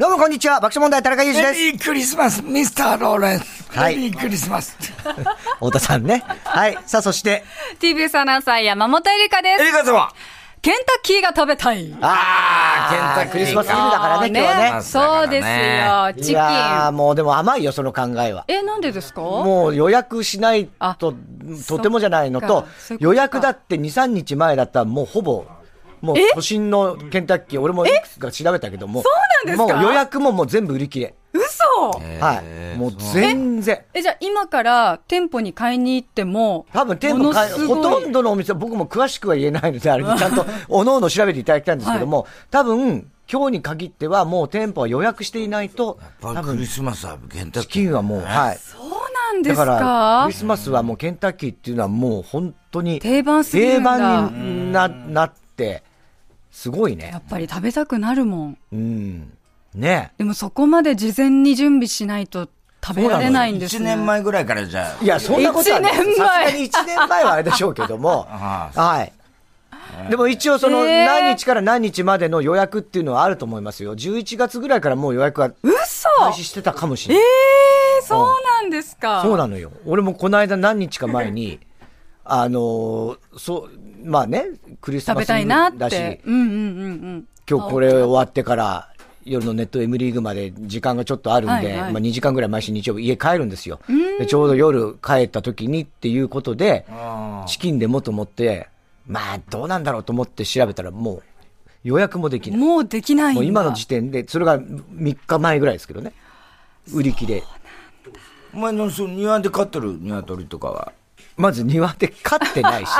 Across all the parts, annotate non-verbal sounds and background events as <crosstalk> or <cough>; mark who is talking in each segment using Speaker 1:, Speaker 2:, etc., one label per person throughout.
Speaker 1: こんにちは。爆笑問題、田中裕二です。
Speaker 2: メリークリスマス、ミスター・ローレンス。
Speaker 1: はい
Speaker 2: メリークリスマス。
Speaker 1: 太田さんね。はい。さあ、そして、
Speaker 3: TBS アナウンサー山本エリカで
Speaker 2: エ
Speaker 3: す。
Speaker 2: リカ様。
Speaker 3: ケンタッキーが食べたい。
Speaker 2: ああ、ケンタッキーか
Speaker 1: クリスマスイブだからね、今日はね。
Speaker 3: そうですよ。チ
Speaker 1: い
Speaker 3: キ
Speaker 1: やー
Speaker 3: ン。
Speaker 1: もうでも甘いよ、その考えは。
Speaker 3: え、なんでですか
Speaker 1: もう予約しない
Speaker 3: あ
Speaker 1: と、とてもじゃないの
Speaker 3: そっ
Speaker 1: と
Speaker 3: かそういうことか、
Speaker 1: 予約だって2、3日前だったらもうほぼ、もう都心のケンタッキー、俺もいくつか調べたけども、
Speaker 3: そうなんですか
Speaker 1: もう予約ももう全部売り切れ。
Speaker 3: 嘘
Speaker 1: はい。もう全然。
Speaker 3: え、じゃあ今から店舗に買いに行っても、
Speaker 1: 多分店舗か
Speaker 3: ものすご
Speaker 1: ほ
Speaker 3: い
Speaker 1: とんどのお店、僕も詳しくは言えないので、あれ
Speaker 3: <laughs>
Speaker 1: にちゃんと、おのおの調べていただきたいんですけども、多分、今日に限ってはもう店舗は予約していないと、
Speaker 2: やっ
Speaker 1: 多
Speaker 2: ぱりクリ
Speaker 1: 分、
Speaker 2: スマスはケンタッ
Speaker 1: チ
Speaker 2: キ
Speaker 1: キ
Speaker 2: ー。
Speaker 1: ンはもう、はい。
Speaker 3: そうなんで
Speaker 1: だ
Speaker 3: すか
Speaker 1: から、クリスマスはもうケンタッキーっていうのはもう本当に、
Speaker 3: 定番すぎるんだ
Speaker 1: 定番にななって、すごい
Speaker 3: や
Speaker 1: ね
Speaker 3: っ。ぱり食べたくなるもん。
Speaker 1: うん。ね
Speaker 3: でもそこまで事前に準備しないと食べられないんです
Speaker 2: 1
Speaker 3: ね。
Speaker 2: 年前ぐらいからじゃ
Speaker 1: いや、そんなことはない
Speaker 3: 一年
Speaker 1: さ
Speaker 3: 前
Speaker 1: すがに1年前はあれでしょうけど
Speaker 3: <laughs>
Speaker 1: も、
Speaker 2: あ
Speaker 1: はい。でも一応その
Speaker 3: えー
Speaker 1: 何日から何日までの予約っていうのはあると思いますよ。11月ぐらいからもう予約は
Speaker 3: 嘘
Speaker 1: 開始してたかもしれ
Speaker 3: え
Speaker 1: ない。
Speaker 3: ー、そうなんですか。
Speaker 1: そうなのよ。俺もこの間何日か前に、あのーそう、まあね、クリスマ
Speaker 3: 食べ
Speaker 1: ス
Speaker 3: たいなっ。、
Speaker 1: だして
Speaker 3: うんうんうん
Speaker 1: 今日これ終わってから、夜のネット M リーグまで時間がちょっとあるんで、
Speaker 3: はいはい
Speaker 1: まあ、2時間ぐらい毎週日曜日家帰るんですよ。でちょうど夜帰った時にっていうことで、
Speaker 2: あ。
Speaker 1: チキンでもと思って、まあどうなんだろうと思って調べたらもう予約もでき
Speaker 3: う。
Speaker 1: なんい。
Speaker 3: もうできないん
Speaker 1: も
Speaker 3: だ。
Speaker 1: う今の時点で、それが3日前ぐらいですけどね。売り切れ。
Speaker 2: お前のその庭で飼ってる鶏とかは。
Speaker 1: まず庭で飼ってない
Speaker 3: <laughs>
Speaker 1: し、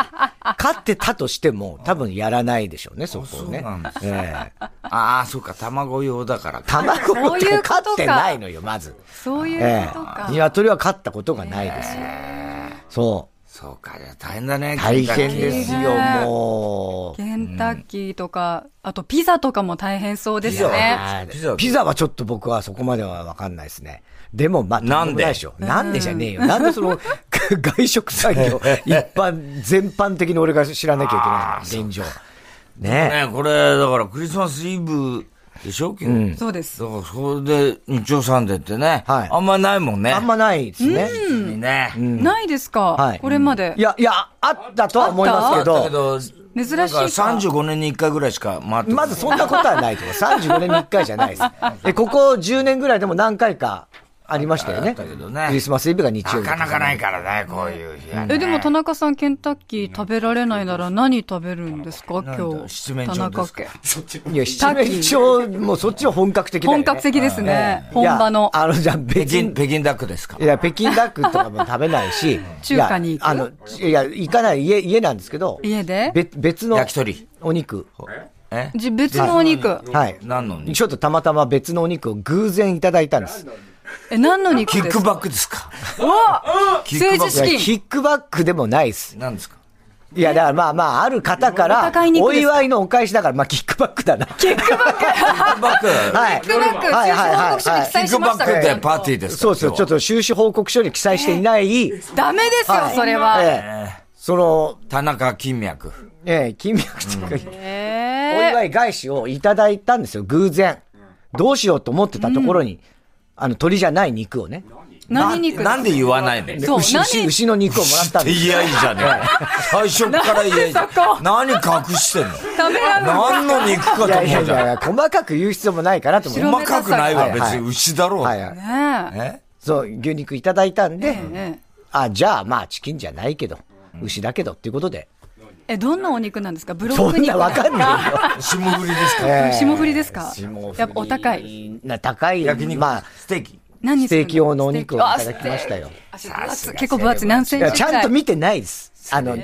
Speaker 1: 飼ってたとしても多分やらないでしょうね、そこをね
Speaker 2: そうなんで。
Speaker 1: ええ
Speaker 2: ああ、そうか、卵用だからか。
Speaker 1: 卵
Speaker 3: そういうこ
Speaker 1: 飼
Speaker 3: とか
Speaker 1: ってないのよ、まず。
Speaker 3: そういうこと
Speaker 1: え
Speaker 3: か。
Speaker 1: え、鶏は飼ったことがないですよ。そ
Speaker 2: そうか、じゃあ大変だね。
Speaker 1: う。大変ですよ、
Speaker 3: 大変
Speaker 1: もう。
Speaker 3: ケンタッキーとか、あとピザとかも大変そうです
Speaker 2: ピザ
Speaker 3: ね。
Speaker 1: はい
Speaker 2: ピザ
Speaker 1: ピザはちょっと僕はそこまではわかんないですね。でも、まあ、
Speaker 2: なん
Speaker 1: とん
Speaker 2: で
Speaker 1: もないしょなんでじゃねえよ。なんでその、 <laughs> 外食産 <laughs> 業、一般、全般的に俺が知らなきゃいけないの、現状。ね
Speaker 2: ね、これ、だからクリスマスイブでしょ今日。
Speaker 3: そうです。
Speaker 2: だからそれで日曜サンデーってね、
Speaker 1: はい
Speaker 2: あんまないもんね。
Speaker 1: あんまないですね。
Speaker 2: ね。
Speaker 3: ないですか、
Speaker 1: はい
Speaker 3: これまで。
Speaker 1: いや、いや、あったとは思いますけ
Speaker 2: だけ
Speaker 1: ど、
Speaker 2: ど、
Speaker 3: 珍しいか
Speaker 2: 35年に1回ぐらいしか回ってこない
Speaker 1: まずそんなことはないと思う。35年に1回じゃないです。で、ここ10年ぐらいでも何回かありましたよね。
Speaker 2: だけどね
Speaker 1: クリスマスイブが日曜日。
Speaker 2: なかなかないからね、こういう日はね。
Speaker 3: え、でも田中さん、ケンタッキー食べられないなら何食べるんですか今日。
Speaker 2: 七面
Speaker 3: 田
Speaker 2: 鳥で
Speaker 3: 中
Speaker 2: すか
Speaker 1: い
Speaker 3: 家。
Speaker 1: や、七面鳥、もうそっちは本格的だよね。
Speaker 3: 本格的ですね。
Speaker 1: い
Speaker 3: 本
Speaker 1: や
Speaker 3: 場の。。
Speaker 1: あの、じゃあ、北
Speaker 2: 北
Speaker 1: 京、
Speaker 2: 京、北京ダックですか
Speaker 1: いや、北京ダックとかも食べないし
Speaker 3: 中華に行く
Speaker 1: いやあの、いや、行かない、家、家なんですけど。
Speaker 3: 家で
Speaker 1: べ別の。
Speaker 2: 焼き鳥。
Speaker 1: お肉。
Speaker 2: え
Speaker 3: じ別のお肉。
Speaker 1: はい。
Speaker 2: 何の肉
Speaker 1: ちょっとたまたま別のお肉を偶然いただいたんです。
Speaker 3: え、何の肉
Speaker 2: キ
Speaker 3: です
Speaker 2: ッ
Speaker 3: か
Speaker 2: クバックですか
Speaker 1: <laughs>
Speaker 3: うわ
Speaker 2: キックバック
Speaker 3: 政治
Speaker 1: いや、
Speaker 3: 資
Speaker 1: キ
Speaker 3: 金。
Speaker 1: ックバックでもないです。
Speaker 2: 何ですか
Speaker 1: いや、だからまあまあ、ある方か
Speaker 3: お
Speaker 1: ら
Speaker 3: 互い、に行
Speaker 1: お
Speaker 3: くですか
Speaker 1: 祝いのお返しだから、まあ、キックバックだな。
Speaker 3: キックバック。
Speaker 2: キックバック
Speaker 1: はい。
Speaker 3: キックバック。収
Speaker 1: はいはい
Speaker 3: 支報
Speaker 1: はい
Speaker 3: 告書
Speaker 2: キ
Speaker 3: に記載
Speaker 2: ッ
Speaker 3: し
Speaker 2: ク
Speaker 3: ま
Speaker 2: バ
Speaker 3: した
Speaker 2: ック
Speaker 3: け
Speaker 2: で
Speaker 3: れど
Speaker 2: パ
Speaker 3: も
Speaker 2: ーティーですか
Speaker 1: そうですよ。ちょっ。
Speaker 2: 今
Speaker 1: と収支報告書に記載していない、
Speaker 3: ダメですよ、
Speaker 1: はい
Speaker 3: それは。
Speaker 1: ええ、その、
Speaker 2: 日田中金脈。
Speaker 1: ええ、金脈というか、
Speaker 3: え
Speaker 1: <laughs> お
Speaker 3: え
Speaker 1: 祝い返しをいただいたんですよ、偶然。どうしようと思ってたところに、あの、鳥じゃない肉をね。
Speaker 3: 何肉ですか
Speaker 2: なんで言わないの
Speaker 3: そう、
Speaker 1: 牛牛
Speaker 3: 何
Speaker 1: 牛の肉をもらったんです
Speaker 2: いやいいじゃねえ。最初っから言え。何隠してんの
Speaker 3: 食べられない
Speaker 2: 何の肉かと思
Speaker 1: いうやい
Speaker 2: じ
Speaker 1: や
Speaker 2: ゃ
Speaker 1: い
Speaker 2: ん。
Speaker 1: や、細かく言う必要もないかなと思って。
Speaker 3: 白
Speaker 2: 細かくないわ、
Speaker 1: はいはい
Speaker 2: 別に牛だろう。
Speaker 1: はいはい。
Speaker 3: ねえ。
Speaker 2: え
Speaker 1: そう、牛肉いただいたんで、
Speaker 3: え
Speaker 1: あ、じゃあまあチキンじゃないけど、牛だけどっていうことで。
Speaker 3: え、どんなお肉なんですかブロッ
Speaker 1: そ
Speaker 3: ク
Speaker 1: ん
Speaker 3: 肉
Speaker 1: なわかんないよ。
Speaker 2: 霜降りですか
Speaker 1: ええ
Speaker 3: 霜降りですか
Speaker 1: 霜降り
Speaker 3: やっぱお高い。
Speaker 1: な高い、
Speaker 2: 焼肉。
Speaker 1: まあ、
Speaker 2: ステーキ。
Speaker 3: 何
Speaker 1: ステーキ用のお肉をい
Speaker 3: あ
Speaker 1: ただきましたよ。
Speaker 3: ステーキあ分厚い結構分厚い。何セ
Speaker 1: い
Speaker 3: ンチ
Speaker 1: や、
Speaker 3: ぐ
Speaker 1: ちゃ
Speaker 3: ら
Speaker 1: ん
Speaker 3: い
Speaker 1: と見てないです。あの、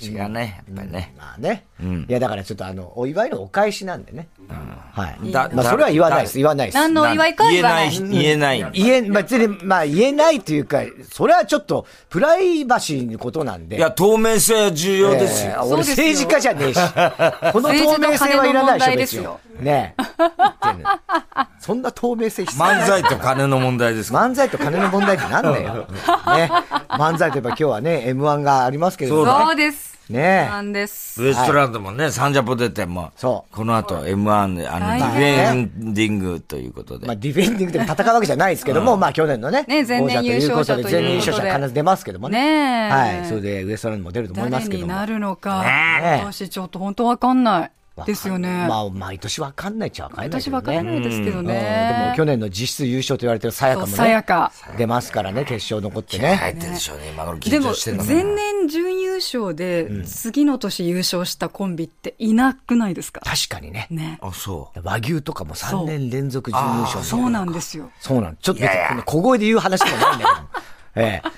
Speaker 2: 違うね、やっぱりね。
Speaker 1: まあね。いや、だからちょっとあの、お祝いのお返しなんでね。はい。
Speaker 2: だ
Speaker 1: まあ、それは言わないです。言わないです。
Speaker 3: 何のお祝いかは
Speaker 2: 言え
Speaker 3: 言
Speaker 2: な、
Speaker 3: わないい。
Speaker 2: 言えない。い
Speaker 1: 言え、まあ、別に、まあ、言えないというか、それはちょっと、プライバシーのことなんで。
Speaker 2: や、透明性は重要です
Speaker 1: え
Speaker 2: よ。
Speaker 1: ー
Speaker 3: そう
Speaker 1: 俺
Speaker 3: ですよ
Speaker 1: 政治家じ
Speaker 3: <laughs> <laughs>
Speaker 1: ゃねえし。この透明性はいらないでしょ、別に。ねえ。そんな透明性必要ない
Speaker 2: 漫才と金の問題ですか
Speaker 1: 漫才と金の問題ってなんだ
Speaker 3: <laughs>
Speaker 1: よ。ね。漫才といえば今日はね、M1 がありますけれども、ね。
Speaker 3: そうです。
Speaker 1: ね
Speaker 3: なんです。
Speaker 2: ウエストランドもね、サンジャポ出ても、
Speaker 1: そう
Speaker 2: この後 M1 で、あの、
Speaker 3: はい
Speaker 2: ディフェンディングということで。
Speaker 1: まあ、ディフェンディングでも戦うわけじゃないですけども、まあ、去年のね、
Speaker 3: ね前年
Speaker 1: 王ということで
Speaker 3: 優勝者ということで
Speaker 1: 前年優勝者必ず出ますけども
Speaker 3: ね
Speaker 1: ね。
Speaker 3: え
Speaker 1: はい。それで、ウエストランドも出ると思いま
Speaker 3: 誰
Speaker 1: すけど
Speaker 3: に
Speaker 1: も。
Speaker 3: なるのか、
Speaker 1: ねえ
Speaker 3: 私ちょっと本当わかんないですよね。
Speaker 1: まあ、毎年わかんないっちゃわかんないけどね。
Speaker 3: 私わかんないですけど
Speaker 1: うんでも
Speaker 3: ね。
Speaker 1: 去年の実質優勝と言われてるさやかもね。
Speaker 3: そうさやか
Speaker 1: 出ますからね、決勝残って
Speaker 2: 入
Speaker 1: ね。
Speaker 2: ってるでしょうね、今頃
Speaker 3: で
Speaker 2: 緊
Speaker 3: も
Speaker 2: 張してるのかな
Speaker 3: 前年準優勝で次の年優勝したコンビっていなくないですか、
Speaker 1: 確かにね。
Speaker 3: ね。
Speaker 2: あ、そう。
Speaker 1: 和牛とかも3年連続準優勝。
Speaker 3: そうなんですよ。
Speaker 1: そうなの。ちょっと別
Speaker 2: いやいや
Speaker 1: にこの小声で言う話でもないんだけど。ええ。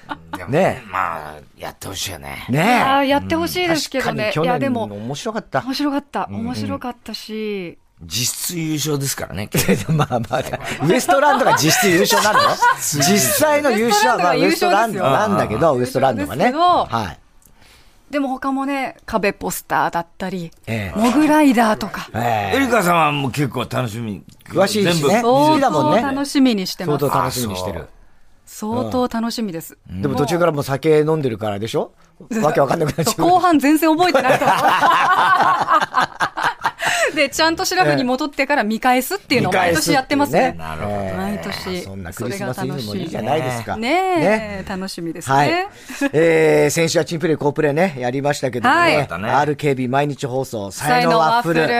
Speaker 1: ね
Speaker 2: まあ、やってほしいよね
Speaker 1: え。。ね
Speaker 3: <laughs> いや
Speaker 1: え。
Speaker 3: ーやってほしいですけ
Speaker 1: 確か
Speaker 3: ど
Speaker 1: に
Speaker 3: ね。い
Speaker 1: 去
Speaker 3: やで
Speaker 1: 年の
Speaker 3: も
Speaker 1: 面白かった。
Speaker 3: 面白かった。面白かったし。
Speaker 2: 実質優勝ですからね。
Speaker 1: まあまあ、ウエストランドが実質優勝なのよ。実際の優勝は、まあ、ウエ
Speaker 3: ウエ
Speaker 1: ス
Speaker 3: ス
Speaker 1: ト
Speaker 3: ト
Speaker 1: ラ
Speaker 3: ラ
Speaker 1: ン
Speaker 3: ン
Speaker 1: ド
Speaker 3: ド
Speaker 1: な
Speaker 3: が
Speaker 1: んだけど、ウエストランドがね。
Speaker 3: 優勝ですけど
Speaker 1: はい。
Speaker 3: でも他もね、壁ポスターだったり、
Speaker 1: ええ
Speaker 3: モグライダーとか、
Speaker 1: え
Speaker 2: エリカ様も結構楽しみ。
Speaker 1: 詳しいしね
Speaker 2: 全部
Speaker 1: 好
Speaker 3: 相
Speaker 1: きだもん
Speaker 3: 当
Speaker 1: ね
Speaker 3: 楽しみにし
Speaker 1: え。
Speaker 3: て
Speaker 1: 相
Speaker 3: ます
Speaker 1: 当。楽しみにしてる。
Speaker 3: 相当楽しみです。
Speaker 1: でも途中からもう酒飲んでるからでしょわけわかんなくなっちゃ
Speaker 3: そう
Speaker 1: う。
Speaker 3: 後半全然覚えてない
Speaker 1: <laughs>
Speaker 3: から。で、ちゃんと調べに戻ってから見返すっていうのを毎年やってますね。
Speaker 2: なるほど
Speaker 1: ええ
Speaker 3: 毎年
Speaker 1: そんなクリスマスイブもいいじゃ
Speaker 3: それが楽しい
Speaker 1: ないですか。
Speaker 3: ねえ、楽しみですね。
Speaker 1: はい。えー、先週はチンプレイ、コープレイね、やりましたけども
Speaker 3: はい
Speaker 1: ね
Speaker 3: よ。
Speaker 2: かったね
Speaker 1: RKB 毎日放送、才
Speaker 3: 才
Speaker 1: 能
Speaker 3: 能
Speaker 1: アッ
Speaker 3: アッ
Speaker 1: プ
Speaker 3: プ
Speaker 1: ル
Speaker 3: ル。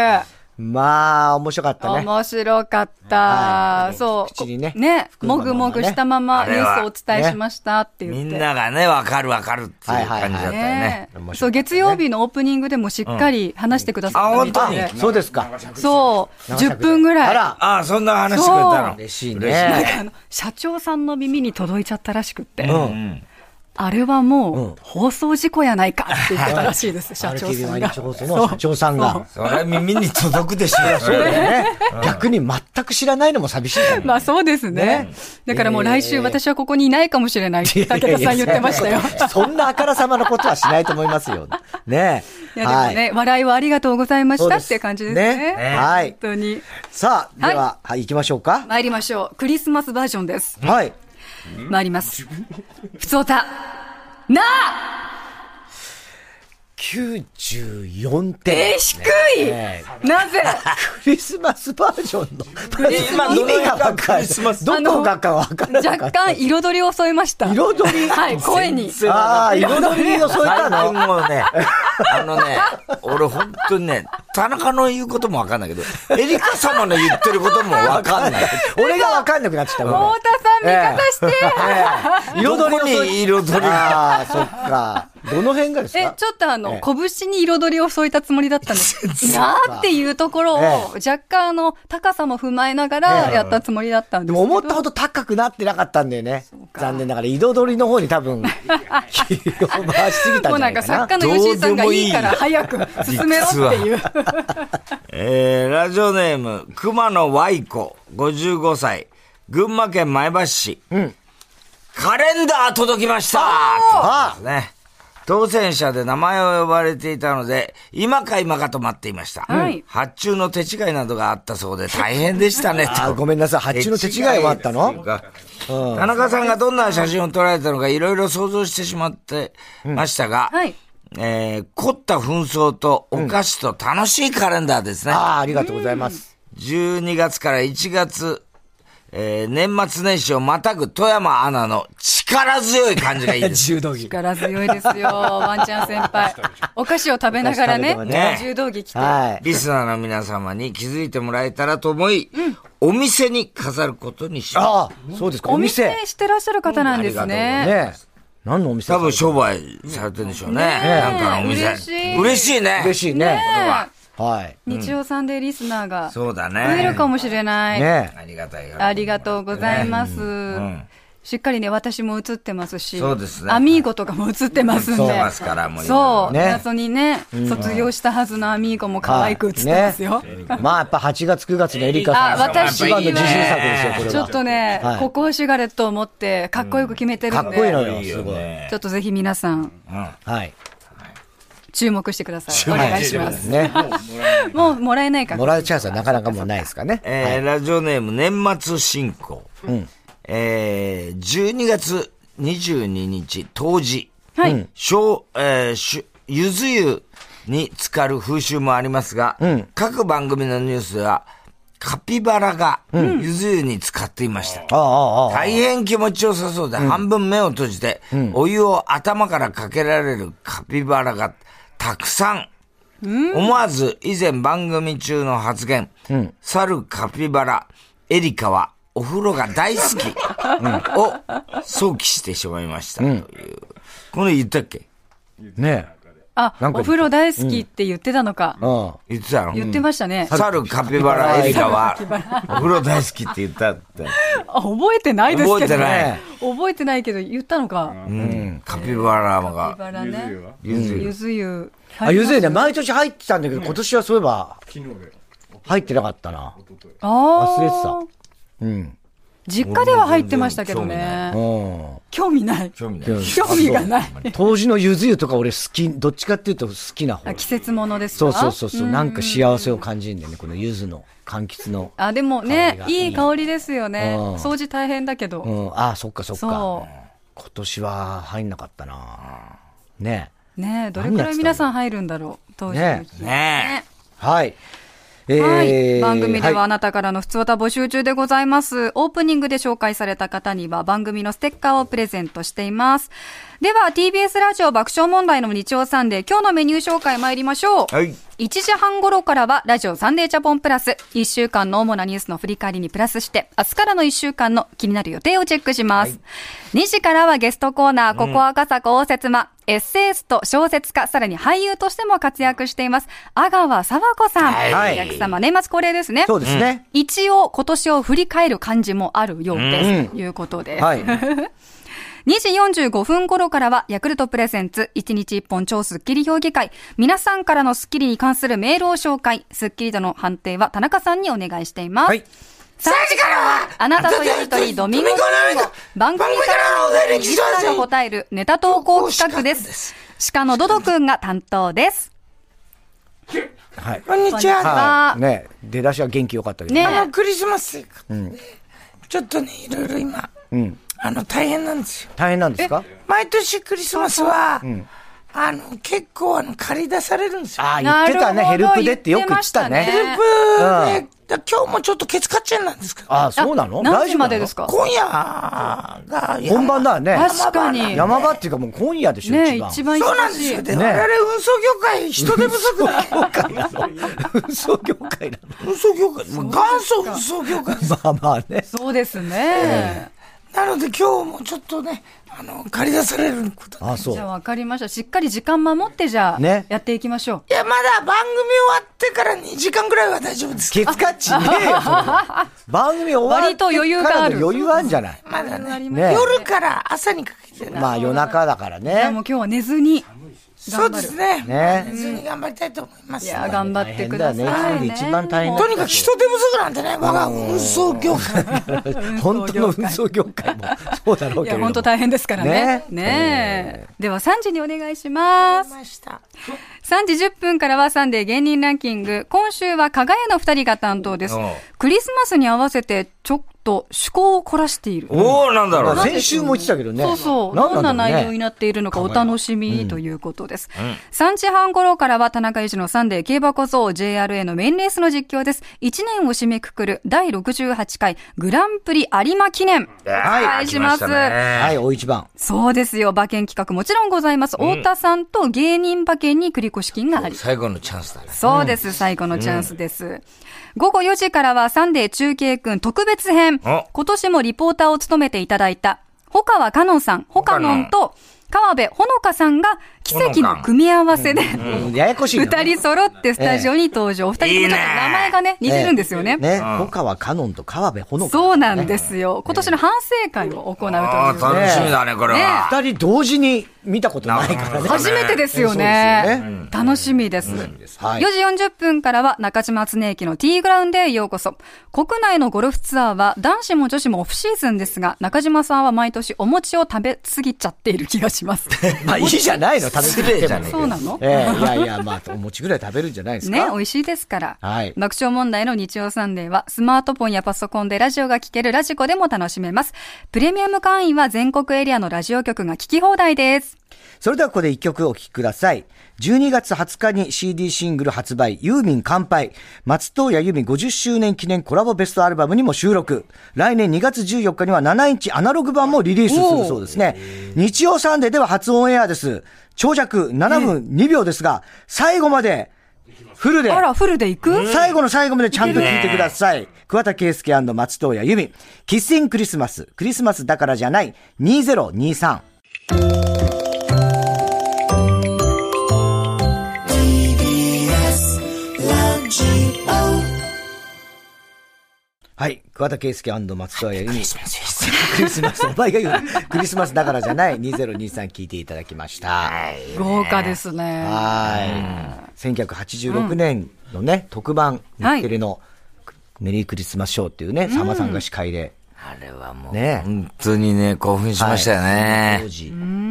Speaker 1: まあ、面白かったね。
Speaker 3: 面白かった。
Speaker 1: はい
Speaker 3: そう。
Speaker 1: 口にね含
Speaker 3: も
Speaker 1: んだままね
Speaker 3: ぐもぐしたまま
Speaker 2: あ
Speaker 3: ニュ
Speaker 2: れは
Speaker 3: ースをお伝えしましたって言って。
Speaker 2: みんながね、わかるわかるっていう感じだったよ
Speaker 3: ね
Speaker 1: 面
Speaker 2: ね。
Speaker 1: 白かったね
Speaker 3: そう、月曜日のオープニングでもしっかり話してくださったみたい
Speaker 2: あ
Speaker 3: で
Speaker 2: 本。
Speaker 1: そうですか。
Speaker 3: そう、10分ぐらい。
Speaker 1: あら、
Speaker 2: ああ、そんな話してくれたの。
Speaker 1: 嬉しい
Speaker 3: なん
Speaker 1: ね。
Speaker 3: <laughs> かあの社長さんの耳に届いちゃったらしくって、
Speaker 2: うん。
Speaker 3: あれはもう放送事故やないかって言ってたらしいです、
Speaker 1: <laughs>
Speaker 3: 社長
Speaker 1: RKB
Speaker 3: さん
Speaker 1: 毎
Speaker 3: が
Speaker 1: 日。放送の社長さんが。
Speaker 2: それは耳に届くでしょ。それ
Speaker 1: ね逆に全く知らないのも寂しいよね
Speaker 3: まあそうですね。だからもう来週私はここにいないかもしれないって武田さん言ってまし
Speaker 1: <laughs>
Speaker 3: たよ。
Speaker 1: そんなあからさまのことはしないと思いますよ。ね
Speaker 3: いやでもね、
Speaker 1: はい。
Speaker 3: 笑いをありがとうございましたって感じですね。
Speaker 1: そうですねねはい
Speaker 3: 本当に。
Speaker 1: さあ、では、はい、行きましょうか。
Speaker 3: 参りましょう。クリスマスバージョンです。
Speaker 1: はい。
Speaker 3: 参ります。ふつおた。なあ
Speaker 1: 94点
Speaker 3: えー。低い、
Speaker 1: え
Speaker 3: なぜ
Speaker 1: クリスマスバージョンの。
Speaker 2: 今どの辺が
Speaker 1: わかんない
Speaker 2: クリスマス
Speaker 1: どこがかわから <laughs> なか
Speaker 3: 若
Speaker 1: った。
Speaker 3: 干彩りを添えました。
Speaker 1: 彩り
Speaker 3: はい、声に。
Speaker 1: ああ、彩りを添えた
Speaker 2: 最
Speaker 1: の。
Speaker 2: 近もうね、あのね、俺本当にね、田中の言うこともわかんないけど、エリカ様の言ってることもわかんない。
Speaker 1: 俺がわかんなくなっちゃったもん
Speaker 3: 太。田さん、味方し
Speaker 1: <laughs> 彩
Speaker 3: て、
Speaker 1: り
Speaker 2: どこ
Speaker 1: を
Speaker 2: に
Speaker 1: 添え
Speaker 2: 彩りが。
Speaker 1: ああ、そっか。どの辺がです
Speaker 3: え
Speaker 1: か、
Speaker 3: ちょっとあの、
Speaker 1: え
Speaker 3: 拳に彩りを添えたつもりだったんです。なあっていうところを、
Speaker 1: え
Speaker 3: 若干あの、高さも踏まえながらやったつもりだったん
Speaker 1: で
Speaker 3: です
Speaker 1: も
Speaker 3: けど。
Speaker 1: 思ったほど高くなってなかったんだよね。残念ながら、彩りの方に多分、気を回しすぎたん
Speaker 3: もう
Speaker 1: じゃな
Speaker 3: な
Speaker 1: んいか
Speaker 3: か作
Speaker 1: な。
Speaker 3: 家の吉井さんがいいから早く進めろっていう。
Speaker 2: えー、ラジオネーム、熊野愛子、55歳、群馬県前橋市。カレンダー届きました
Speaker 1: あ
Speaker 2: ね。当選者で名前を呼ばれていたので、今か今かと待っていました。
Speaker 3: はい
Speaker 2: 発注の手違いなどがあったそうで大変でしたね、
Speaker 1: <laughs> あ
Speaker 2: と。
Speaker 1: ーごめんなさい。発注の手違いはあった
Speaker 2: 手違い
Speaker 1: の
Speaker 2: ですというか田中さんがどんな写真を撮られたのかいろいろ想像してしまってましたが、
Speaker 3: <laughs> はい
Speaker 2: えー凝った紛争とお菓子と楽しいカレンダーですね。
Speaker 1: ああ、ありがとうございます。
Speaker 2: 12月から1月、えー年末年始をまたぐ富山アナの力強い感じがいいです。
Speaker 1: <laughs> 柔道着。
Speaker 3: 力強いですよ、ワンちゃん先輩。お菓子を食べながらね、
Speaker 1: お菓子食べ
Speaker 2: ながらね
Speaker 3: 柔道着着て。
Speaker 1: はい。
Speaker 2: リスナーの皆様に気づいてもらえたらと思い、お店に飾ることにします。
Speaker 1: ああ、そうですか。
Speaker 3: お
Speaker 1: お店。
Speaker 3: 店してらっしゃる方なんですね。
Speaker 1: ねえ。何のお店
Speaker 2: 多分商売されてるんでしょうね。なんかのお店。
Speaker 3: 嬉しい
Speaker 2: 嬉しいね。
Speaker 1: 嬉しいね。
Speaker 3: ね
Speaker 1: はい。
Speaker 3: え日曜さんでリスナーが増
Speaker 2: そうだ
Speaker 3: える
Speaker 2: ね。
Speaker 3: かもしれない。
Speaker 1: ねえ。
Speaker 2: ありがたい
Speaker 3: ありがとうござ
Speaker 2: す。
Speaker 3: います。しっかりね、私も映ってますし、
Speaker 2: そうですね
Speaker 3: アミーゴとかも映ってますんで、
Speaker 2: そうますからもう
Speaker 3: そう、
Speaker 1: ね
Speaker 3: 謎にね、卒業したはずのアミーゴも可愛く映ってますよ。
Speaker 1: ねまあ、やっぱ8月9月のエリカ
Speaker 3: あ、
Speaker 1: さん。
Speaker 3: 私
Speaker 1: 一
Speaker 3: は、
Speaker 1: 番の自信作ですよ、これは。
Speaker 3: ちょっとね、
Speaker 1: はい
Speaker 3: ここをシュガレットを持って、かっこよく決めてるんで、
Speaker 1: かっこいいのよ、
Speaker 2: いい
Speaker 1: す
Speaker 2: よ
Speaker 1: ごい。
Speaker 2: ね。
Speaker 3: ちょっとぜひ皆さん、
Speaker 1: はい。
Speaker 3: 注目してください。お
Speaker 1: はい
Speaker 3: 願いします。
Speaker 1: ね。
Speaker 3: もうもらえないか
Speaker 1: もらうチャンスはなかなかもうないですかね。
Speaker 2: えーラジオネーム年末進行。えー12月22日当時。
Speaker 3: はい
Speaker 2: 小、えーしゅゆず湯に浸かる風習もありますが、各番組のニュースでは、カピバラがゆず湯に浸かっていました。
Speaker 1: ああ、ああ、ああ。
Speaker 2: 大変気持ちよさそうで、半分目を閉じて、お湯を頭からかけられるカピバラがたくさん。思わず以前番組中の発言、猿カピバラ、エリカはお風呂が大好き、 <laughs> を想起してしまいましたという。これ言ったっけ
Speaker 1: ね
Speaker 3: あ、
Speaker 1: なんか
Speaker 3: お風呂大好きって言ってたのか。
Speaker 1: うん。
Speaker 2: 言ってたの
Speaker 3: 言ってましたね。
Speaker 2: 猿カピバラ、エリカはお風呂大好きって言ったって。
Speaker 3: あ、覚えてないですけど
Speaker 2: 覚えてない。
Speaker 3: 覚えてないけど、言ったのか。
Speaker 2: うん、カピバラ
Speaker 3: カピ
Speaker 2: が。
Speaker 3: バラね。
Speaker 2: ゆず湯
Speaker 3: ゆず湯。
Speaker 1: あ、ゆず湯ね、毎年入ってたんだけど、今年はそういえば、入ってなかったな。
Speaker 3: あー
Speaker 1: 忘れてうん。
Speaker 3: 実家では入ってましたけど
Speaker 1: う
Speaker 3: ね。
Speaker 1: ん。
Speaker 3: 興味ない。
Speaker 2: 興味ない。
Speaker 3: 興味がない。
Speaker 1: 当時のゆず湯とか俺好き、どっちかっていうと好きな方
Speaker 3: あ。季節ものです
Speaker 1: そ
Speaker 3: か
Speaker 1: うそうそうそう、なんか幸せを感じるんだよね、このゆずの、柑橘の。
Speaker 3: あ、でも
Speaker 1: 香り
Speaker 3: ね
Speaker 1: が、
Speaker 3: いい香りですよね。
Speaker 1: うん
Speaker 3: 掃除大変だけ
Speaker 1: う
Speaker 3: ど。
Speaker 1: ん、ああ、そっかそっ
Speaker 3: そ
Speaker 1: か。今年は入んなかったな。ね
Speaker 3: う。ねどれくらい皆さん入るんだろう、当時の日。
Speaker 2: ね
Speaker 3: ね
Speaker 1: はい。え
Speaker 3: はい。番組ではあ
Speaker 1: い
Speaker 3: なたからの普通歌募集中でございます。オープニングで紹介された方には番組のステッカーをプレゼントしています。では、TBS ラジオ爆笑問題の日曜サンデー、今日のメニュー紹介参りましょう。
Speaker 2: はい
Speaker 3: 1時半頃からは、ラジオサンデージャポンプラス、1週間の主なニュースの振り返りにプラスして、明日からの1週間の気になる予定をチェックします。2時からはゲストコーナー、ここ赤坂応接間、エッセイスト、小説家、さらに俳優としても活躍しています、阿川佐和子さん。
Speaker 2: はい
Speaker 3: お客様、年末恒例ですね。
Speaker 1: そうですね。
Speaker 3: 一応、今年を振り返る感じもあるようです。ということで。
Speaker 1: はい。
Speaker 3: <laughs> 2時45分頃からは、ヤクルトプレゼンツ、1日1本超スッキリ評議会。皆さんからのスッキリに関するメールを紹介。スッキリとの判定は田中さんにお願いしています。
Speaker 1: はい。
Speaker 3: 3時からは、あなたとやりとり、ドミンゴドミンゴ番組からのお題に記者が答えるネタ投稿企画です。鹿のドドくんが担当です。
Speaker 1: はい。
Speaker 2: こんにちは。
Speaker 1: はい。ね出だしは元気よかったけど。ね
Speaker 3: ね
Speaker 2: あの、クリスマスイブちょっとね、いろいろ今、あの、大変なんですよ。
Speaker 1: 大変なんですか
Speaker 2: 毎年クリスマスは、あの、結構、あの、借り出されるんですよ。
Speaker 1: ああ、言ってたね。
Speaker 3: な
Speaker 1: ヘ
Speaker 3: る
Speaker 1: ル
Speaker 3: ほど
Speaker 1: プでってよく言ってた
Speaker 3: 言ってまし
Speaker 1: ね。
Speaker 3: たね
Speaker 2: でだ今日もちょっとケツカッチェンなんですけど、
Speaker 1: ああ、そうなの
Speaker 3: 何
Speaker 1: 大
Speaker 3: 時
Speaker 1: 丈夫
Speaker 3: ま
Speaker 1: な
Speaker 3: で
Speaker 1: の
Speaker 3: ですか
Speaker 2: 今夜が、
Speaker 1: 本番だね。
Speaker 3: 確かに。
Speaker 1: 山場っていうかもう今夜でしょ、
Speaker 3: ね
Speaker 1: 一
Speaker 3: 一
Speaker 1: 番。
Speaker 3: 番
Speaker 2: そうなん
Speaker 3: 忙
Speaker 2: で
Speaker 3: し
Speaker 2: す
Speaker 3: い
Speaker 2: よ。。で、
Speaker 1: ね
Speaker 2: 我々運送業界、人手不足だ。
Speaker 1: 嘘業界なの。
Speaker 2: 運送業界、もう元祖運送業界です。
Speaker 1: まあまあね。
Speaker 3: そうですね。
Speaker 2: なので今日もちょっとね、あの、借り出されること。
Speaker 1: ああ、そ
Speaker 3: じゃあ
Speaker 1: う。
Speaker 3: 分かりました。しっかり時間守って、じゃあ、
Speaker 1: ね
Speaker 3: やっていきましょう。
Speaker 2: いや、まだ番組終わってから2時間ぐらいは大丈夫ですけ
Speaker 1: ケツカッチねえよ、そ
Speaker 3: <laughs>
Speaker 1: れは番組終わって
Speaker 3: 割と余裕がある
Speaker 1: からの余裕あんじゃない。
Speaker 2: ど、まだね、
Speaker 1: ね
Speaker 2: 夜から朝にかけてね、
Speaker 1: まあ夜中だから
Speaker 3: じゃあ
Speaker 1: ね
Speaker 3: もう。今日は寝ずに。
Speaker 2: そうですね。
Speaker 1: ね
Speaker 2: 普通に頑張りたいと思いま
Speaker 3: い
Speaker 2: す。
Speaker 3: や、頑張ってください、ね。
Speaker 1: 大変だよね一人で一番大変だ
Speaker 2: とにかく人手不足なんてね、我が運送業界。
Speaker 1: <laughs> 本当の運送業界もそうだろう
Speaker 3: い
Speaker 1: けれ
Speaker 3: や、
Speaker 1: ども。
Speaker 3: 本当大変ですからね
Speaker 1: ね。
Speaker 3: ねえ。では3時にお願いします。
Speaker 2: ました。
Speaker 3: 3時10分からはサンデー芸人ランキング。今週は加賀屋の2人が担当です
Speaker 2: おう。
Speaker 3: クリスマスに合わせてちょっと趣向を凝らしてい
Speaker 2: <laughs>
Speaker 3: る。
Speaker 2: おおなんだろう。
Speaker 1: 先週も言ってたけどね。
Speaker 3: そうそう。
Speaker 1: 何
Speaker 3: どんな
Speaker 1: なんだろうね
Speaker 3: 内容になっているのかお楽しみということです。3時半頃からは田中由紀のサンデー競馬こそ JRA のメインレースの実況です。1年を締めくくる第68回グランプリ有馬記念。お願いします。
Speaker 1: はい、大一番。
Speaker 3: そうですよ。馬券企画もちろんございます。太田さんと芸人馬券に繰り越し金があり。
Speaker 2: 最後のチャンスだね。
Speaker 3: そうです。最後のチャンスです。午後4時からはサンデー中継くん特別編。
Speaker 2: お
Speaker 3: 今年もリポーターを務めていただいた、ほかわかのんさん、ほかのんと、川辺ほのかさんが奇跡の組み合わせで、
Speaker 1: ややこしいよ
Speaker 3: <laughs> 二人揃ってスタジオに登場。お二人ともちょっと名前がね、似てるんですよね。
Speaker 1: ね。小川かのんと川辺ほのか。
Speaker 3: そうなんですよ。今年の反省会を行うというね。
Speaker 1: 楽しみだ
Speaker 2: ね、これ
Speaker 3: は
Speaker 1: 二人同時に見たことないからね。
Speaker 3: 初めてですよ
Speaker 1: そうですよ
Speaker 3: ね。楽しみです。
Speaker 1: はい
Speaker 3: 4時40分からは中島敦之の T グラウンドへようこそ。国内のゴルフツアーは男子も女子もオフシーズンですが、中島さんは毎年お餅を食べ過ぎちゃっている気がします。
Speaker 1: <laughs> まあいいじゃないの、食食べきって
Speaker 2: 失礼じゃ
Speaker 1: も
Speaker 2: ね
Speaker 3: そうなの
Speaker 1: え
Speaker 3: <laughs>
Speaker 1: えいやいや、まあ、お餅ぐらい食べるんじゃないです
Speaker 3: ね
Speaker 1: か。、
Speaker 3: 美味しいですから。
Speaker 1: はい
Speaker 3: 爆笑問題の日曜サンデーは、スマートフォンやパソコンでラジオが聴けるラジコでも楽しめます。プレミアム会員は全国エリアのラジオ局が聴き放題です。
Speaker 1: それではここで一曲お聴きください。12月20日に CD シングル発売、ユーミン乾杯。松任谷由実50周年記念コラボベストアルバムにも収録。来年2月14日には7インチアナログ版もリリースするそうですね。日曜サンデーでは初オンエアです。長尺7分2秒ですが、最後までフルで。
Speaker 3: あら、フルで行く
Speaker 1: 最後の最後までちゃんと聞いてください。桑田佳祐松任谷由実。キッシンクリスマス。クリスマスだからじゃない。2023。はい。桑田佳祐松任谷由実。クリスマス。お前が言うなクリスマスだからじゃない。2023聞いていただきました。
Speaker 3: 豪華ですね。
Speaker 1: はい。1986年のね、特番、日
Speaker 3: はい
Speaker 1: テレの、メリークリスマスショーっていうね、さんまさんが司会で、
Speaker 2: あれはもう、
Speaker 1: ね
Speaker 2: 本当にね、興奮しましたよね。
Speaker 1: 当時、当時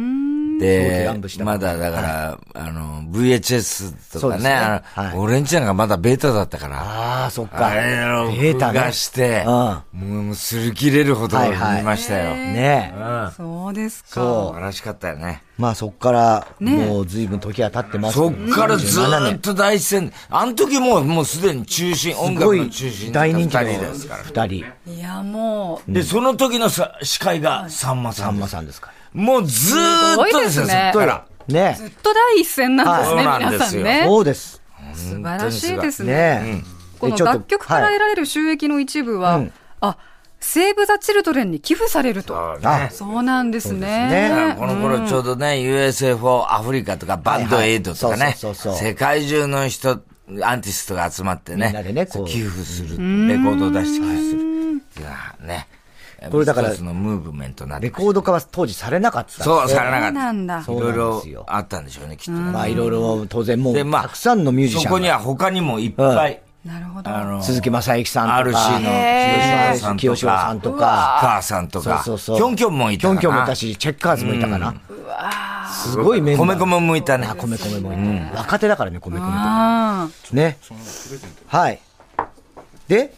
Speaker 2: で
Speaker 1: 乱舞し、た
Speaker 2: まだだから、あの、VHS と
Speaker 1: そう
Speaker 2: か
Speaker 1: です
Speaker 2: ね、
Speaker 1: ね
Speaker 2: あの
Speaker 1: はい
Speaker 2: 俺んちなんかまだベータだったから、
Speaker 1: ああ、そっか。
Speaker 2: あれを
Speaker 1: データ
Speaker 2: が
Speaker 1: ね。
Speaker 2: して、もう、すり切れるほど
Speaker 1: は
Speaker 2: 見
Speaker 1: いはい
Speaker 2: ましたよ。
Speaker 1: ねえ。
Speaker 3: そうですか。
Speaker 1: そ
Speaker 2: 素晴らしかったよね。
Speaker 1: まあそっから、
Speaker 3: ねえ
Speaker 1: もう随分時は経ってますけど
Speaker 2: そっからず
Speaker 1: 17
Speaker 2: ーっ
Speaker 1: 年
Speaker 2: と第一線、あの時もう、もうすでに中心、音
Speaker 1: すご
Speaker 2: 楽の
Speaker 1: い
Speaker 2: 中心
Speaker 1: 大人気の
Speaker 2: 二人ですから。
Speaker 1: 二人、
Speaker 3: いや、もう、
Speaker 2: で、その時のさ司会がさんまさ
Speaker 1: さ
Speaker 2: ん
Speaker 1: ん
Speaker 2: で。
Speaker 1: ますさんですか
Speaker 2: もうずーっとですよ、そ
Speaker 3: すごいですね
Speaker 2: っから。
Speaker 1: ね
Speaker 3: ずっと第一線なんですね、
Speaker 2: はい
Speaker 3: 皆さん
Speaker 2: そうなん
Speaker 1: え。
Speaker 3: ね。
Speaker 1: そうです。
Speaker 3: 素晴らしいですね。
Speaker 1: ねえ。
Speaker 3: この
Speaker 1: でちょっと
Speaker 3: 楽曲から
Speaker 1: は
Speaker 3: 得
Speaker 1: い
Speaker 3: られる収益の一部は、
Speaker 1: うん
Speaker 3: あ、セーブ・ザ・チルドレンに寄付されると。
Speaker 1: あ、
Speaker 3: そうなんです
Speaker 1: そうです
Speaker 3: ね。
Speaker 2: この頃ちょうどね、USFO アフリカとかバンドエイドとか
Speaker 1: はいはい
Speaker 2: ね、
Speaker 1: そうそうそうそう
Speaker 2: 世界中の人、アーティストが集まってね、
Speaker 1: みんなでねこう
Speaker 2: 寄付する、レコードを出して寄付する。いやね。
Speaker 1: これだから
Speaker 2: 一つのムーブメントになって
Speaker 1: レ
Speaker 2: ました
Speaker 1: コード化は当時されなかったんで。
Speaker 2: そう、されなか
Speaker 3: そう
Speaker 2: っ
Speaker 3: なんだ
Speaker 2: た。い
Speaker 1: そうなん
Speaker 2: ろ
Speaker 1: です
Speaker 2: いろ
Speaker 1: よ
Speaker 2: あったんでしょうね、きっとね。
Speaker 1: まあいろいろ当然もう、
Speaker 2: で、まあ、
Speaker 1: たくさんのミュージシャン
Speaker 2: そ
Speaker 1: が。
Speaker 2: こには他にもいっぱい、
Speaker 3: なるほど。
Speaker 2: あの、
Speaker 1: 鈴木正幸さんとか。
Speaker 2: RC の清志郎さんとか、
Speaker 1: 清志郎さんとか
Speaker 2: 母さんとか、
Speaker 1: そうそうそう。
Speaker 2: キョンキョンもいたかな。
Speaker 1: キョンキョンもいたし、チェッカーズもいたかな。すごいメンバー。
Speaker 2: 米米もいたね。
Speaker 1: 米米もいた、若手だからね、米米とか。
Speaker 3: あ
Speaker 1: ね。はい。で、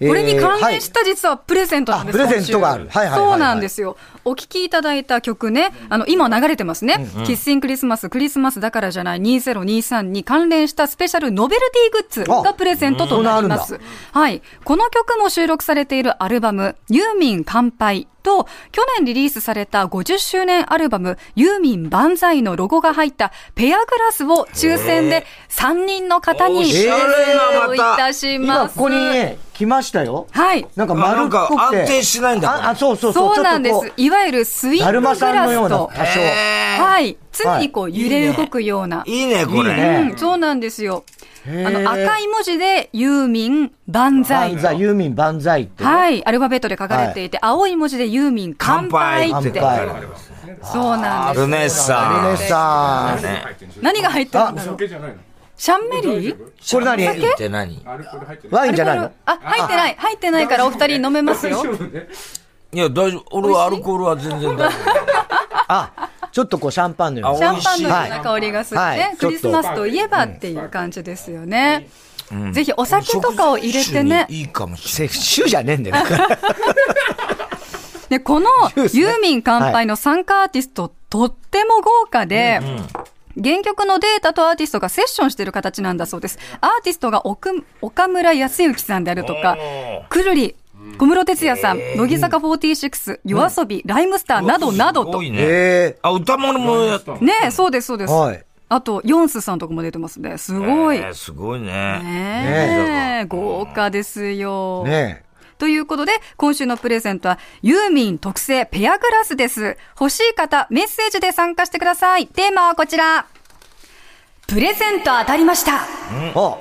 Speaker 3: ーこれに関
Speaker 1: えーは
Speaker 3: 連
Speaker 1: い
Speaker 3: した実はプレゼントなんです
Speaker 1: あプレゼントがある
Speaker 3: 今週
Speaker 1: はいはいはいはい
Speaker 3: そうなんですよ。お聴きいただいた曲ね、あの、今流れてますね。キッスインクリスマス、クリスマスだからじゃない2023に関連したスペシャルノベルティグッズがプレゼントとなりま
Speaker 1: あそ
Speaker 3: す。はい。この曲も収録されているアルバム、ユーミン乾杯と、去年リリースされた50周年アルバム、ユーミン万歳のロゴが入ったペアグラスを抽選で3人の方
Speaker 2: お
Speaker 3: にプ
Speaker 2: し
Speaker 3: レゼ
Speaker 2: ゃれなまた
Speaker 3: ントいたしま
Speaker 1: 今
Speaker 3: す。
Speaker 1: ここにね、来ましたよ。
Speaker 3: はい。
Speaker 1: なんか
Speaker 2: あな
Speaker 1: 丸っ
Speaker 2: ん
Speaker 1: ぽ
Speaker 2: か
Speaker 1: くて。
Speaker 2: 安定しないんだこれ
Speaker 1: あ、あそうそうそう。
Speaker 3: そうなんで
Speaker 1: ちょっ
Speaker 3: す
Speaker 1: とこ。
Speaker 3: いわゆるス
Speaker 1: う
Speaker 3: イン
Speaker 1: だ
Speaker 3: グ
Speaker 1: る
Speaker 3: グラ
Speaker 1: ま
Speaker 3: ス
Speaker 1: さんのような
Speaker 3: と、
Speaker 1: 多少。
Speaker 3: はい、常にこう揺れ動くような。
Speaker 2: いいね、これ。
Speaker 1: いいね
Speaker 3: うん、そうなんですよ。あ
Speaker 1: へー
Speaker 3: の赤い文字でユーミン万歳
Speaker 1: 万。歳、ユーミン万歳って。
Speaker 3: はい、アルファベットで書かれていて、青い文字でユーミン
Speaker 2: 乾
Speaker 3: 乾
Speaker 2: 杯
Speaker 3: 杯
Speaker 2: っ
Speaker 3: ってて
Speaker 1: 乾。杯
Speaker 3: そうなんです。
Speaker 2: ルネッサ
Speaker 1: ルネさん。
Speaker 3: 何が入ってるんだろう。シャンメリー？
Speaker 1: これ何
Speaker 2: ンって何
Speaker 1: ワイ
Speaker 3: あ
Speaker 1: ン
Speaker 3: れ
Speaker 1: じ
Speaker 3: こ
Speaker 1: ゃ
Speaker 3: れ
Speaker 1: ないの
Speaker 3: あ、入ってない、入ってないからお二人飲めますよ。
Speaker 2: いや、大丈夫。俺はアルコールは全然大丈
Speaker 1: あ、ちょっとこうシャンパンのよう
Speaker 2: あ
Speaker 1: な
Speaker 2: お
Speaker 3: シャンパンのような香りがする
Speaker 1: はいはい
Speaker 3: ね。クリスマスといえばっていう感じですよね。ぜひお酒とかを入れてね
Speaker 2: 食事中。にいいかもしれ
Speaker 1: セーフシューじゃねえんだよ。
Speaker 3: で、この
Speaker 1: ースね
Speaker 3: ユーミン乾杯の参加アーティスト、とっても豪華で、原曲のデータとアーティストがセッションしてる形なんだそうです。アーティストが奥岡村康之さんであるとか、くるり、小室哲哉さん、乃木坂46、夜遊び、ライムスター
Speaker 2: ない。
Speaker 3: などなど
Speaker 2: す
Speaker 3: と。
Speaker 2: ごい
Speaker 3: ね
Speaker 2: ね。
Speaker 1: え
Speaker 2: あ、歌物もやったの
Speaker 3: そうです、そうです。
Speaker 1: はい
Speaker 3: あと、ヨンスさんとかも出てますね。すごい。
Speaker 2: えーすごいね。
Speaker 3: ねえ、豪華ですよ。
Speaker 1: ー、ねえ。
Speaker 3: ということで、今週のプレゼントは、ユーミン特製ペアグラスです。欲しい方、メッセージで参加してください。テーマはこちら。プレゼント当たりました。
Speaker 1: あ、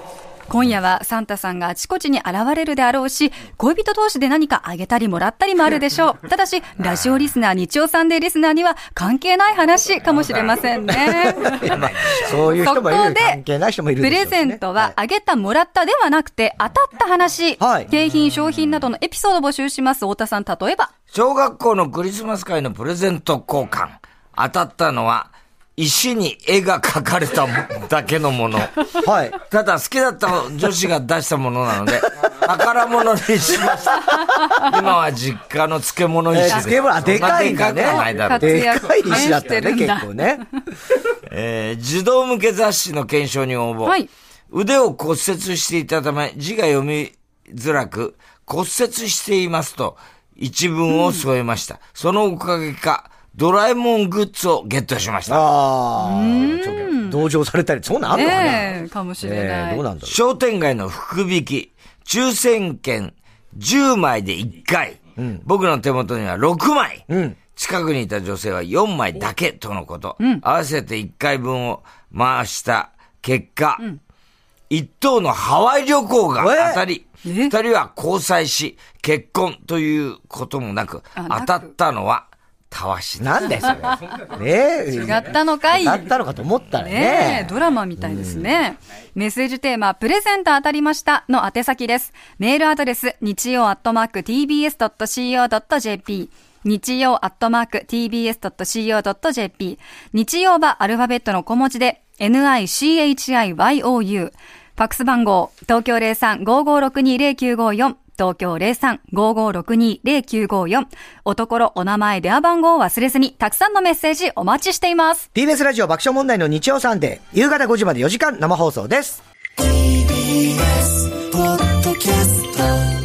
Speaker 3: 今夜はサンタさんがあちこちに現れるであろうし、恋人同士で何かあげたりもらったりもあるでしょう。ただし、ラジオリスナー、日曜サンデーリスナーには関係ない話かもしれませんね。 <laughs>
Speaker 1: そういう
Speaker 3: そ
Speaker 1: 人
Speaker 3: こ
Speaker 1: もいる
Speaker 3: で
Speaker 1: 関係ない人もいる
Speaker 3: プ
Speaker 1: でしょう
Speaker 3: レ
Speaker 1: しね
Speaker 3: ゼントは、あげた、もらったではなくて、当たった話、
Speaker 1: はい
Speaker 3: 景品、商品などのエピソードを募集します。太田さん、例えば、
Speaker 2: 小学校のクリスマス会のプレゼント交換。当たったのは、石に絵が描かれただけのもの。
Speaker 1: はい。
Speaker 2: ただ好きだった女子が出したものなの
Speaker 1: <laughs>
Speaker 2: で、宝物にしました。今は実家の漬物石
Speaker 1: え
Speaker 2: で
Speaker 1: ー、
Speaker 2: す。
Speaker 1: スケボー、あ、でかいんだ
Speaker 2: そなでかくはないだ
Speaker 1: ね。
Speaker 2: ろう
Speaker 3: 活躍
Speaker 1: でかい石だった
Speaker 3: し
Speaker 1: ね、
Speaker 3: てるんだ
Speaker 1: 結構ね。
Speaker 2: えー児童向け雑誌の検証に応募。
Speaker 3: はい
Speaker 2: 腕を骨折していたため、字が読みづらく、骨折していますと、一文を添えました。そのおかげか、ドラえもんグッズをゲットしました。
Speaker 1: ああ、ちょっと同情されたり、そんなんあんのかな
Speaker 3: ねえ、かもしれ
Speaker 1: え
Speaker 3: な
Speaker 1: ー
Speaker 3: い。
Speaker 1: どうなんだろ
Speaker 2: 商店街の福引き、抽選券10枚で1回、僕の手元には6枚、近くにいた女性は4枚だけとのこと、合わせて1回分を回した結果、一等のハワイ旅行が当たり、
Speaker 3: え
Speaker 2: 二人は交際し、結婚ということもなく、
Speaker 3: あなく
Speaker 2: 当たったのは、たわし
Speaker 1: う。
Speaker 2: だ。
Speaker 1: なんだよ、そ
Speaker 3: <laughs>
Speaker 1: れ。ねえ。
Speaker 3: 違ったのかい
Speaker 1: だったのかと思ったら
Speaker 3: ねえ、
Speaker 1: ね。
Speaker 3: ドラマみたいですね。メッセージテーマ、プレゼント当たりましたの宛先です。メールアドレス、日曜アットマーク tbs.co.jp。日曜アットマーク tbs.co.jp。日曜はアルファベットの小文字で、nichiyou。ファックス番号、東京03-5562-0954。東京03-5562-0954。おところ、お名前、電話番号を忘れずに、たくさんのメッセージお待ちしています。
Speaker 1: TBS ラジオ爆笑問題の日曜サンデー、夕方5時まで4時間生放送です。
Speaker 4: TBS ポッドキャスト